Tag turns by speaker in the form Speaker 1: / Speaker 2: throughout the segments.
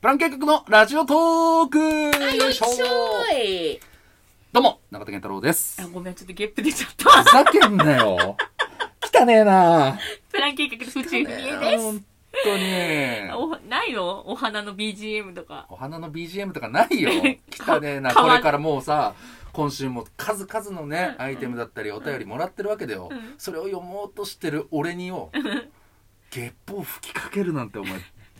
Speaker 1: プラン計画のラジオトーク
Speaker 2: はいよいしょーい
Speaker 1: どうも、中田健太郎です
Speaker 2: あ。ごめん、ちょっとゲップ出ちゃった。
Speaker 1: ふざけんなよ。汚ねえな
Speaker 2: プラン計画です。宇宙
Speaker 1: え
Speaker 2: にえです。
Speaker 1: 本当に。
Speaker 2: おないのお花の BGM とか。。
Speaker 1: お花の BGM とかないよ 汚ねえな。
Speaker 2: か
Speaker 1: こ
Speaker 2: わいい
Speaker 1: れからもうさ、今週も数々のね、アイテムだったりお便りもらってるわけだよ。それを読もうとしてる俺にを、ゲップを吹きかけるなんてお前、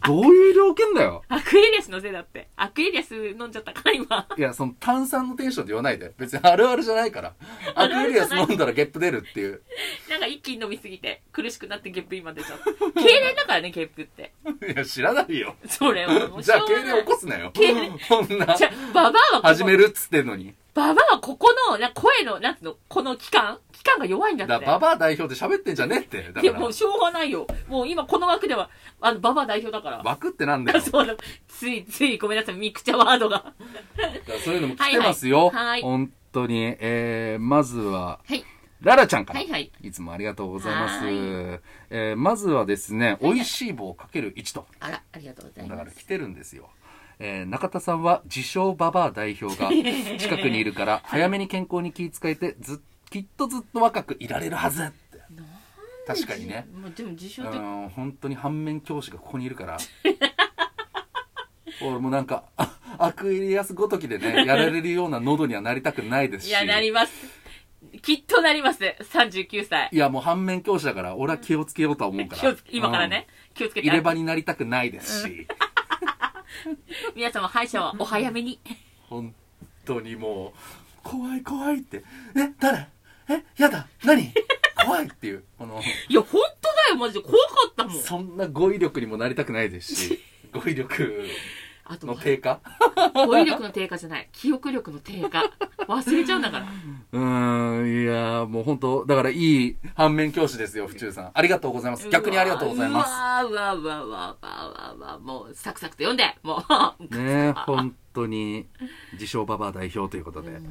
Speaker 1: どういう条件だよ。
Speaker 2: アクエリアスのせいだって。アクエリアス飲んじゃったから、今。
Speaker 1: いや、その炭酸のテンションで言わないで。別にあるあるじゃないから。アクエリアス飲んだらゲップ出るっていう。
Speaker 2: なんか一気に飲みすぎて、苦しくなってゲップ今出ちゃった。痙攣だからね、ゲップって。
Speaker 1: いや、知らないよ。
Speaker 2: それはも う
Speaker 1: じゃあ、
Speaker 2: しょう
Speaker 1: 経
Speaker 2: がない
Speaker 1: 営起こすなよ
Speaker 2: 経営。
Speaker 1: こんな
Speaker 2: じ、ゃあ、ババアはここ、
Speaker 1: 始めるっつってんのに。
Speaker 2: ババアはここの、な声の、なんつうの、この期間期間が弱いんだ
Speaker 1: だ
Speaker 2: っ
Speaker 1: か
Speaker 2: て。
Speaker 1: ら、ババア代表で喋ってんじゃねえって。だ
Speaker 2: いや、
Speaker 1: か
Speaker 2: も
Speaker 1: ら
Speaker 2: う、しょうがないよ。もう今この枠では、あの、ババア代表だから。
Speaker 1: 枠ってなんだよ。だか
Speaker 2: そうだ。つい、つい、ごめんなさい、ミクチャワードが。
Speaker 1: らそういうのも来てますよ。
Speaker 2: はいはいはい
Speaker 1: 本当に。えー、まずは、
Speaker 2: はい。
Speaker 1: ララちゃんから。
Speaker 2: はいはい。
Speaker 1: いつもありがとうございます
Speaker 2: は。
Speaker 1: えー、まずはですね、
Speaker 2: はい
Speaker 1: 美味しい棒かける1と。
Speaker 2: あら、ありがとうござい
Speaker 1: だから
Speaker 2: ます。
Speaker 1: 来てるんですよ。えー中田さんは自称ババア代表 が近くにいるから、早めに健康に気遣えて、ずっ、きっとずっと若くいられるはずって。確かにね。
Speaker 2: もうでも自称
Speaker 1: う
Speaker 2: 的。
Speaker 1: ん、本当に反面教師がここにいる から。俺もなんか、あアクエリアスごときでね、やられるような喉にはなりたくないですし。
Speaker 2: いや、なります。きっとなります。39歳。
Speaker 1: いやもう反面教師だから、俺は気をつけようとは思うから。
Speaker 2: 気をつ今からね、気をつ
Speaker 1: う
Speaker 2: け
Speaker 1: ん。入れ
Speaker 2: て。
Speaker 1: 歯になりたくないですし。
Speaker 2: 皆様、歯医者はお早めに。
Speaker 1: 本当にもう怖い怖いってえ誰えやだ何怖いっていうこの
Speaker 2: いや、本当だよ、マジで。怖かったもん。
Speaker 1: そんな語彙力にもなりたくないです し語彙力
Speaker 2: あと
Speaker 1: の、低下
Speaker 2: 語彙力の低下じゃない。記憶力の低下。忘れちゃうんだから。。
Speaker 1: うーんいやーもう本当だからいい反面教師ですよ府中さんありがとうございます逆にありがとうございます
Speaker 2: うわうわうわうわうわうわもう、サクサクと読んで。も
Speaker 1: すねえ本当に自称ババア代表ということで
Speaker 2: う。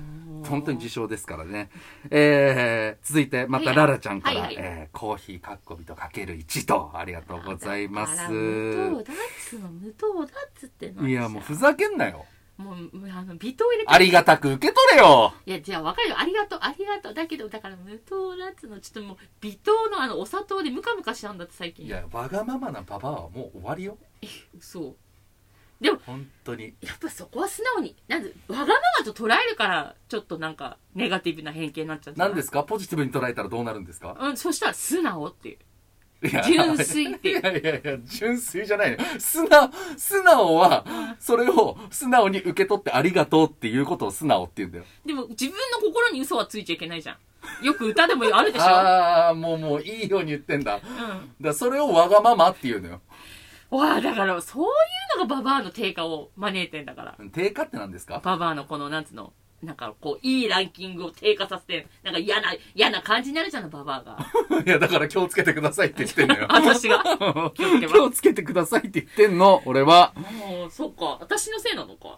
Speaker 1: 本当に自称ですからね。えー、続いて、またララちゃんから、
Speaker 2: はいはい
Speaker 1: えーコーヒーかっこびとかける1と、ありがとうございます。
Speaker 2: だから無糖だっつうの、無糖だっつってんの。
Speaker 1: いや、もうふざけんなよ。
Speaker 2: もう、あの、微糖入れて。
Speaker 1: ありがたく受け取れよ
Speaker 2: いや、じゃあ分かるよ。ありがとう、ありがとう。だけど、だから無糖だっつうの、ちょっともう、微糖のあの、お砂糖でムカムカしちゃうんだって最近。
Speaker 1: い、や、わがままなババアはもう終わりよ。
Speaker 2: そう。
Speaker 1: 本当に。
Speaker 2: やっぱそこは素直に、なんで、わがままと捉えるから、ちょっとなんか、ネガティブな偏見になっちゃった。
Speaker 1: 何ですかポジティブに捉えたらどうなるんですか
Speaker 2: うん、そしたら素直っていう。
Speaker 1: いや
Speaker 2: 純粋って
Speaker 1: いやいやいや、純粋じゃないの。素直、素直は、それを素直に受け取ってありがとうっていうことを素直って言うんだよ。
Speaker 2: でも、自分の心に嘘はついちゃいけないじゃん。よく歌でもあるでしょ。
Speaker 1: ああ、もうもういいように言ってんだ。だか
Speaker 2: うん。
Speaker 1: らそれをわがままって言うのよ。
Speaker 2: わあ、だから、そういうのがババアの低下を招いてんだから。
Speaker 1: 低下って何ですか
Speaker 2: ババアのこの、なんつうの、なんかこう、いいランキングを低下させて、なんか嫌な、嫌な感じになるじゃん、ババア が。。
Speaker 1: いや、だから気をつけてくださいって言ってんのよ
Speaker 2: 私が。 気をつけます
Speaker 1: 気をつけてくださいって言ってんの、俺は。
Speaker 2: もう、そっか。私のせいなのか。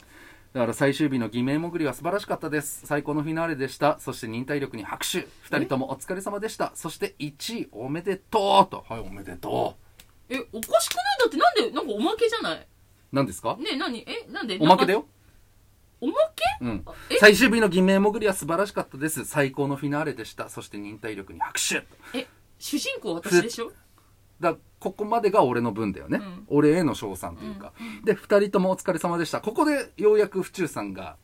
Speaker 1: だから最終日の偽名潜りは素晴らしかったです。最高のフィナーレでした。そして忍耐力に拍手。二人ともお疲れ様でした。そして1位おめでとうと。はい、おめでと。
Speaker 2: え、おかしくないだってなんで、なんかおまけじゃないう
Speaker 1: 何ですか
Speaker 2: ねえ、なにえ、なんで
Speaker 1: おまけだ。
Speaker 2: なん
Speaker 1: よ。
Speaker 2: かおま
Speaker 1: うん。
Speaker 2: け
Speaker 1: 最終日の偽名潜りは素晴らしかったです。最高のフィナーレでした。そして忍耐力に拍手。
Speaker 2: え、え、主人公私でしょ
Speaker 1: だここまでが俺の分だよね、
Speaker 2: ん
Speaker 1: 俺への称賛というか、で2人ともお疲れ様でしたここでようやく府中さんが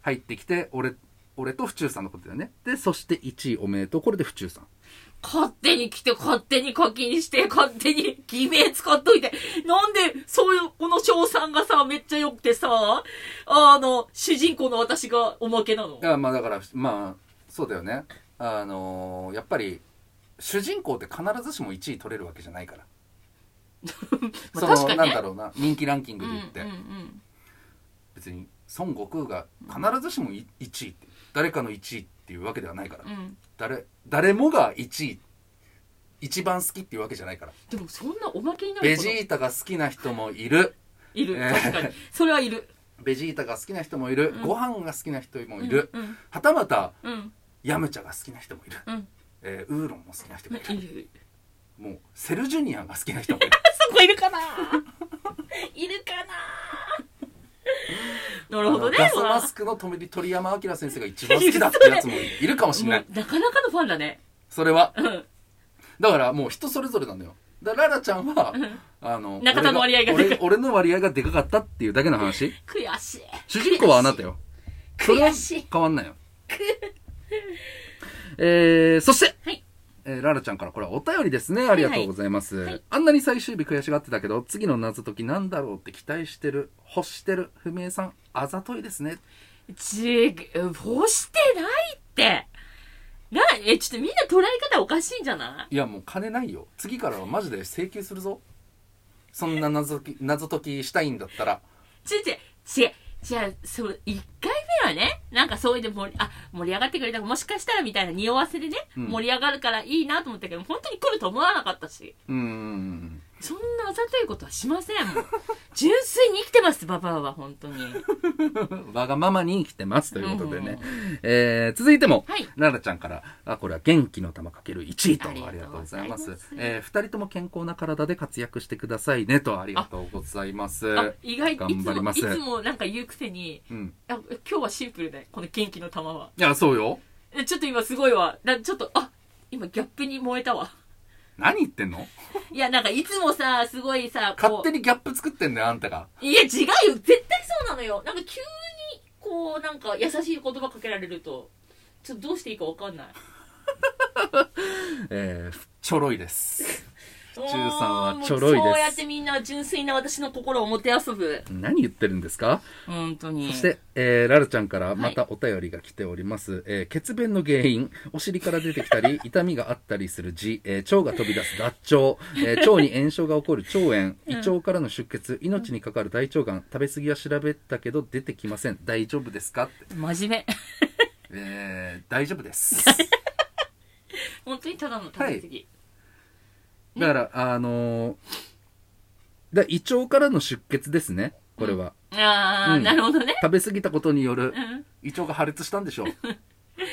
Speaker 1: 入ってきて俺俺と府中さんのことだよねでそして1位おめでとうこれで府中さん
Speaker 2: 勝手に来て、勝手に課金して、勝手に偽名使っといて。なんで、そういう、この賞賛がさ、めっちゃ良くてさ、あの、主人公の私がおまけなの
Speaker 1: だからまあだからまあそうだよねあのーやっぱり主人公って必ずしも1位取れるわけじゃないから、
Speaker 2: まあ
Speaker 1: その
Speaker 2: 確かにね
Speaker 1: なんだろうな人気ランキング
Speaker 2: う
Speaker 1: で
Speaker 2: んうんう
Speaker 1: 言って、
Speaker 2: ん。
Speaker 1: 別に孫悟空が必ずしも1位って誰かの1位っていうわけではないから、
Speaker 2: うん。
Speaker 1: 誰誰もが1位一番好きっていうわけじゃないから
Speaker 2: でも、そんなおまけになる
Speaker 1: ベ
Speaker 2: こ
Speaker 1: ジ
Speaker 2: と
Speaker 1: ータが好きな人もいる
Speaker 2: いる。
Speaker 1: えー
Speaker 2: 確かに。それはいる。
Speaker 1: ベジータが好きな人もいる、
Speaker 2: うん
Speaker 1: ご飯が好きな人も いる、
Speaker 2: うんうん
Speaker 1: はたまた
Speaker 2: うん。
Speaker 1: ヤムチャが好きな人もいる、
Speaker 2: うん。
Speaker 1: えーウーロンも好きな人もいる、
Speaker 2: いる。
Speaker 1: もうセルジュニアが好きな人もいる
Speaker 2: そこいるかないるかな なるほどね
Speaker 1: ガスマスクの止めり鳥山明先生が一番好きだってやつもいるかもしれ
Speaker 2: も
Speaker 1: ないう
Speaker 2: なかなかのファンだね。
Speaker 1: それは
Speaker 2: うん。
Speaker 1: だからもう人それぞれなんだよだからララちゃんはあの
Speaker 2: 中田の割合が
Speaker 1: 俺
Speaker 2: でかい
Speaker 1: 俺俺 の割合がでかかったっていうだけの話
Speaker 2: 悔しい。
Speaker 1: 主人公はあなたよそれは
Speaker 2: 悔しい。
Speaker 1: 変わんないよえー、そして
Speaker 2: はい。
Speaker 1: えーララちゃんからこれはお便りですね。ありがとうございます。
Speaker 2: はい
Speaker 1: あんなに最終日悔しがってたけど、次の謎解きなんだろうって期待してる、欲してる、不明さん、あざといですね。
Speaker 2: ちぐ、干してないって。な、え、ちょっとみんな捉え方おかしいんじゃない
Speaker 1: いや、もう金ないよ。次からはマジで請求するぞ。そんな謎解き、謎解きしたいんだったら。
Speaker 2: ちち、ち、じゃあ、その、一回目はね、なんかそういうで盛り、あ、盛り上がってくれたもしかしたらみたいな匂わせでね、
Speaker 1: うん
Speaker 2: 盛り上がるからいいなと思ったけど、本当に来ると思わなかったし、
Speaker 1: うーん。
Speaker 2: そんなあざといことはしません もん。純粋に生きてます、ババアは、本当に。
Speaker 1: わがままに生きてますということでね
Speaker 2: う。
Speaker 1: えー、続いても、
Speaker 2: はい
Speaker 1: ララちゃんから、あ、これは元気の玉かける1位と、
Speaker 2: ありがとう
Speaker 1: ありがとうございます。
Speaker 2: ございます
Speaker 1: えー、二人とも健康な体で活躍してくださいねと、ありがとうございます。
Speaker 2: あ、意外、い
Speaker 1: 頑
Speaker 2: つ
Speaker 1: 張り
Speaker 2: も、
Speaker 1: ま
Speaker 2: い
Speaker 1: す
Speaker 2: つもなんか言うくせに、
Speaker 1: うん。
Speaker 2: あ今日はシンプルだよこの元気の玉はい
Speaker 1: や、そうよ。
Speaker 2: えちょっと今すごいわなちょっとあ今ギャップに燃えたわ
Speaker 1: 何言ってんの
Speaker 2: いやなんかいつもさすごいさ
Speaker 1: 勝
Speaker 2: こ
Speaker 1: 手にギャップ作ってんだよ、あんたが。
Speaker 2: ういや違うよ絶対そうなのよなんか急にこうなんか優しい言葉かけられるとちょっとどうしていいかわかんない
Speaker 1: えー、ちょろい です。
Speaker 2: 中
Speaker 1: さんはちょろいです
Speaker 2: そうやってみんな純粋な私の心をもてあそぶ
Speaker 1: 何言ってるんですか、
Speaker 2: 本当に
Speaker 1: そして、えー、ラルちゃんからまたお便りが来ております。えー血便の原因、お尻から出てきたり、痛みがあったりする痔、えー腸が飛び出す脱腸、えー腸に炎症が起こる腸炎、胃腸からの出血、命にかかる大腸がん、食べ過ぎは調べたけど出てきません。大丈夫ですかって。
Speaker 2: 真面目
Speaker 1: えー、大丈夫です。
Speaker 2: 本当にただの食べ過ぎ、
Speaker 1: だから、あのーだ胃腸からの出血ですね、これは。
Speaker 2: ああ、
Speaker 1: うん
Speaker 2: なるほどね
Speaker 1: 食べ過ぎたことによる
Speaker 2: うん
Speaker 1: 胃腸が破裂したんでしょう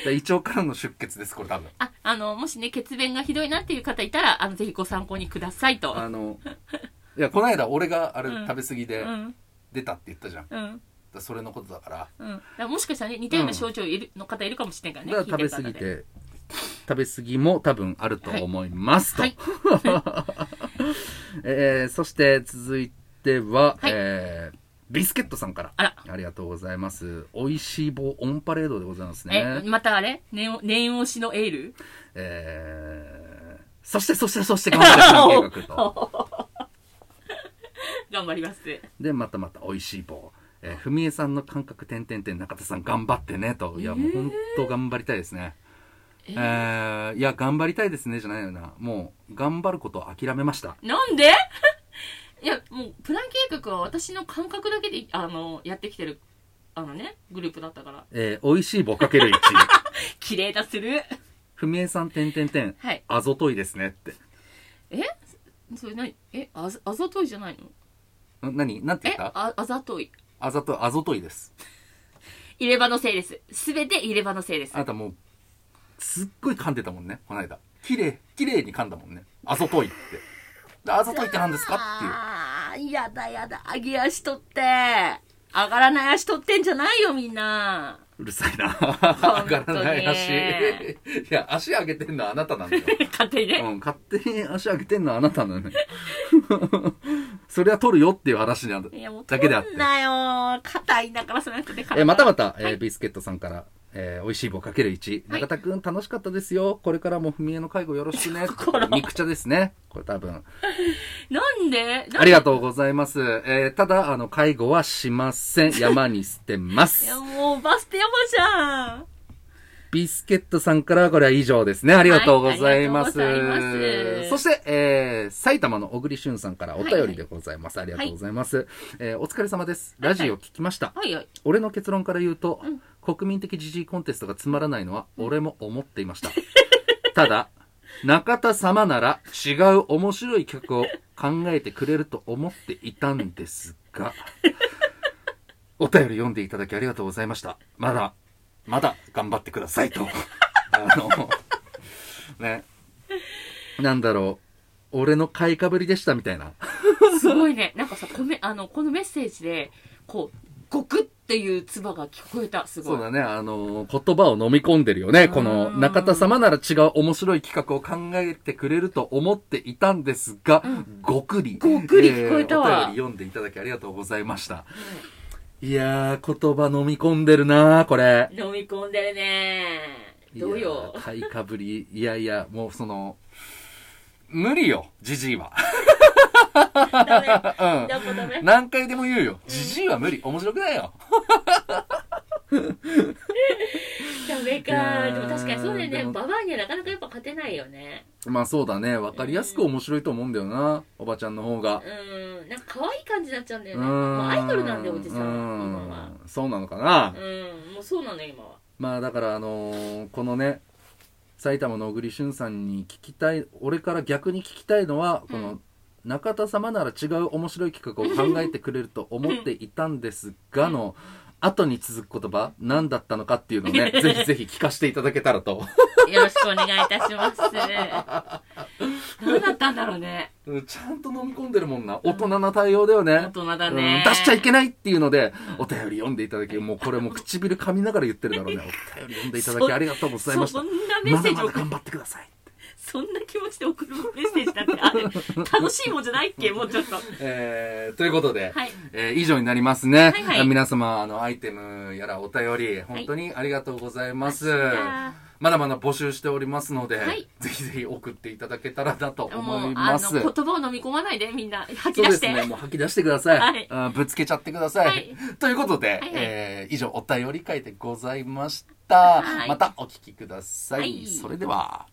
Speaker 1: で胃腸からの出血ですこれ多分
Speaker 2: あ、あの、もしね、血便がひどいなっていう方いたら、あの、ぜひご参考にくださいと。
Speaker 1: あのいやこの間俺があれ
Speaker 2: うん
Speaker 1: 食べ過ぎ
Speaker 2: う
Speaker 1: で
Speaker 2: ん。
Speaker 1: 出たって言ったじゃん、だか
Speaker 2: うん。
Speaker 1: らそれのことだから
Speaker 2: うん。だからもしかしたらね、似たような症状いる、の方いるかもしれないから
Speaker 1: だ
Speaker 2: ね。
Speaker 1: から食べ過ぎて食べ過ぎも多分あると思いますと、
Speaker 2: はい
Speaker 1: えーそして続いては、
Speaker 2: はい
Speaker 1: えービスケットさんから
Speaker 2: あら
Speaker 1: りがとうございます美味しい棒オンパレードでございます
Speaker 2: 聞
Speaker 1: ね
Speaker 2: いてる方で。え、またあれ念を念押しのエール
Speaker 1: えーそしてそしてそして頑張って 計画と
Speaker 2: 頑張ります。
Speaker 1: でまたまた美味しい棒えーふみえさんの感覚点点点中田さん頑張ってねといやもう本当頑張りたいですねえーいや頑張りたいですねじゃないよなもう頑張ることを諦めました
Speaker 2: なんで いや、もう、プラン計画は私の感覚だけで、あの、やってきてる、あのね、グループだったから。
Speaker 1: えー美味しい棒かける1
Speaker 2: 綺麗だする。
Speaker 1: ふみえさん点点点
Speaker 2: はい
Speaker 1: あぞといですねって
Speaker 2: えそれ何えあざ、あざといじゃないの
Speaker 1: ん何なんて言
Speaker 2: え
Speaker 1: った
Speaker 2: あ、あざとい。
Speaker 1: あざといあぞといです
Speaker 2: 入れ歯のせいです。すべて入れ歯のせいです
Speaker 1: あ。なたもうすっごい噛んでたもんねこの間綺麗綺麗に噛んだもんねあぞといってであざといって何ですかっていう
Speaker 2: ああ、やだやだ、上げ足取って。上がらない足取ってんじゃないよ、みん な。
Speaker 1: うるさいな。
Speaker 2: 本
Speaker 1: 上
Speaker 2: 当
Speaker 1: が
Speaker 2: に
Speaker 1: ら ない足。いや、足上げてんのはあなたなん だよ。
Speaker 2: 勝手に
Speaker 1: う
Speaker 2: ね。
Speaker 1: ん、勝手に足上げてんのはあなたなのよ。 それは取るよっていう話なんだ
Speaker 2: いや、もう、
Speaker 1: だ
Speaker 2: だ
Speaker 1: けで
Speaker 2: けで
Speaker 1: あっ
Speaker 2: あってて。。なよ。硬いんだから、その人で
Speaker 1: えーまたま
Speaker 2: た。
Speaker 1: た、えービスケットさんから、えー美味しい棒かける1。
Speaker 2: はい
Speaker 1: 中田くん楽しかったですよ。これからも文江の介護よろしくね
Speaker 2: 心。
Speaker 1: 肉茶ですね。これ多分。
Speaker 2: なんで
Speaker 1: ありが
Speaker 2: う。
Speaker 1: とうございます。えーただ、あの、介護はしません。山に捨てま
Speaker 2: い
Speaker 1: す
Speaker 2: や、。もう、バステ山じゃん。
Speaker 1: ビスケットさんからこれは以上ですね。ありがとうございます。
Speaker 2: はいありがとうございます
Speaker 1: そして、えー、埼玉の小栗旬さんからお便りでございます。ありがとうございます。えー、お疲れ様です。ラジオ聞きました。
Speaker 2: はいはい。
Speaker 1: 俺の結論から言うと、国民的時事コンテストがつまらないのは、俺も思っていました。ただ、中田様なら違う面白い曲を考えてくれると思っていたんですが、お便り読んでいただきありがとうございました。まだ、まだ頑張ってくださいと。あの、ね、なんだろう、俺の買いかぶりでしたみたいな。
Speaker 2: すごいね。なんかさ、こめ、あの、このメッセージで、こう、ゴクッっていう唾が聞こえた。すご
Speaker 1: そ
Speaker 2: い。
Speaker 1: うだね、あのー言葉を飲み込んでるよね。この、
Speaker 2: うん
Speaker 1: 中田様なら違う面白い企画を考えてくれると思っていたんですが、ごくり。
Speaker 2: ごくり聞こえたわ
Speaker 1: えーお便り読んでいただきありがとうございました。いやー、言葉飲み込んでるなー、これ。
Speaker 2: 飲み込んでるねどうよ
Speaker 1: いやー。買いかぶり。いやいや、もうその、無理よ、じじいは。
Speaker 2: ダメ。やっ
Speaker 1: うん。
Speaker 2: ぱダメ。
Speaker 1: 何回でも言うよ。じじいは無理。面白くないよ。
Speaker 2: ダメ
Speaker 1: いや
Speaker 2: か。
Speaker 1: ー
Speaker 2: でも確かにそうだよ
Speaker 1: で
Speaker 2: ね。
Speaker 1: も
Speaker 2: ババアにはなかなかやっぱ勝てないよね。
Speaker 1: まあそうだね。わかりやすく面白いと思うんだよな。おばちゃんの方が。
Speaker 2: うん。なんか可愛い感じになっちゃうんだよ
Speaker 1: う
Speaker 2: ね。
Speaker 1: ん
Speaker 2: もうアイドルなんでおじさん、
Speaker 1: う
Speaker 2: 今は。
Speaker 1: そうなのかな。
Speaker 2: うん。もうそうなの、今は。
Speaker 1: まあだからあのーこのね、埼玉の小栗旬さんに聞きたい、俺から逆に聞きたいのは、この、
Speaker 2: うん
Speaker 1: 中田様なら違う面白い企画を考えてくれると思っていたんですがの、後に続く言葉、何だったのかっていうのを ね、ぜひぜひ聞かせていただけたらと。
Speaker 2: よろしくお願いいたし ます。何だったんだろうね。
Speaker 1: うんちゃんと飲み込んでるもんな。大人な対応だよね。
Speaker 2: 大人だね。
Speaker 1: うん出しちゃいけ
Speaker 2: ない。
Speaker 1: ないっていうので、お便り読んでいただき、もうこれもう唇噛みながら言ってるだろうね。お便り読んでいただきありがとうございました
Speaker 2: そ。んなメ
Speaker 1: ま
Speaker 2: ッ
Speaker 1: だ
Speaker 2: セー
Speaker 1: ま
Speaker 2: ジ
Speaker 1: だ
Speaker 2: を送る
Speaker 1: 頑張ってください。
Speaker 2: そんな気持ちで送るメッセージだってある。楽しいもんじゃないっけもうちょっと。
Speaker 1: えー、ということで、
Speaker 2: はい
Speaker 1: えー以上になりますね。
Speaker 2: はいはい
Speaker 1: 皆様、あの、アイテムやらお便り、本当にありがとうございます。
Speaker 2: あ
Speaker 1: まだまだ募集しておりますので、
Speaker 2: はい
Speaker 1: ぜひぜひ送っていただけたらなと
Speaker 2: も
Speaker 1: 思
Speaker 2: う、
Speaker 1: い
Speaker 2: あ
Speaker 1: ます。
Speaker 2: の、言葉を飲み込まないで、みんな。吐
Speaker 1: そ
Speaker 2: き
Speaker 1: う
Speaker 2: 出
Speaker 1: で
Speaker 2: し
Speaker 1: す
Speaker 2: て。
Speaker 1: ね。もう吐き出してください。
Speaker 2: はい
Speaker 1: あーぶつけちゃってください。
Speaker 2: はい
Speaker 1: ということで、
Speaker 2: いはい
Speaker 1: えー以上お便り会でございました。
Speaker 2: はい
Speaker 1: またお聞きください。
Speaker 2: はい
Speaker 1: それでは。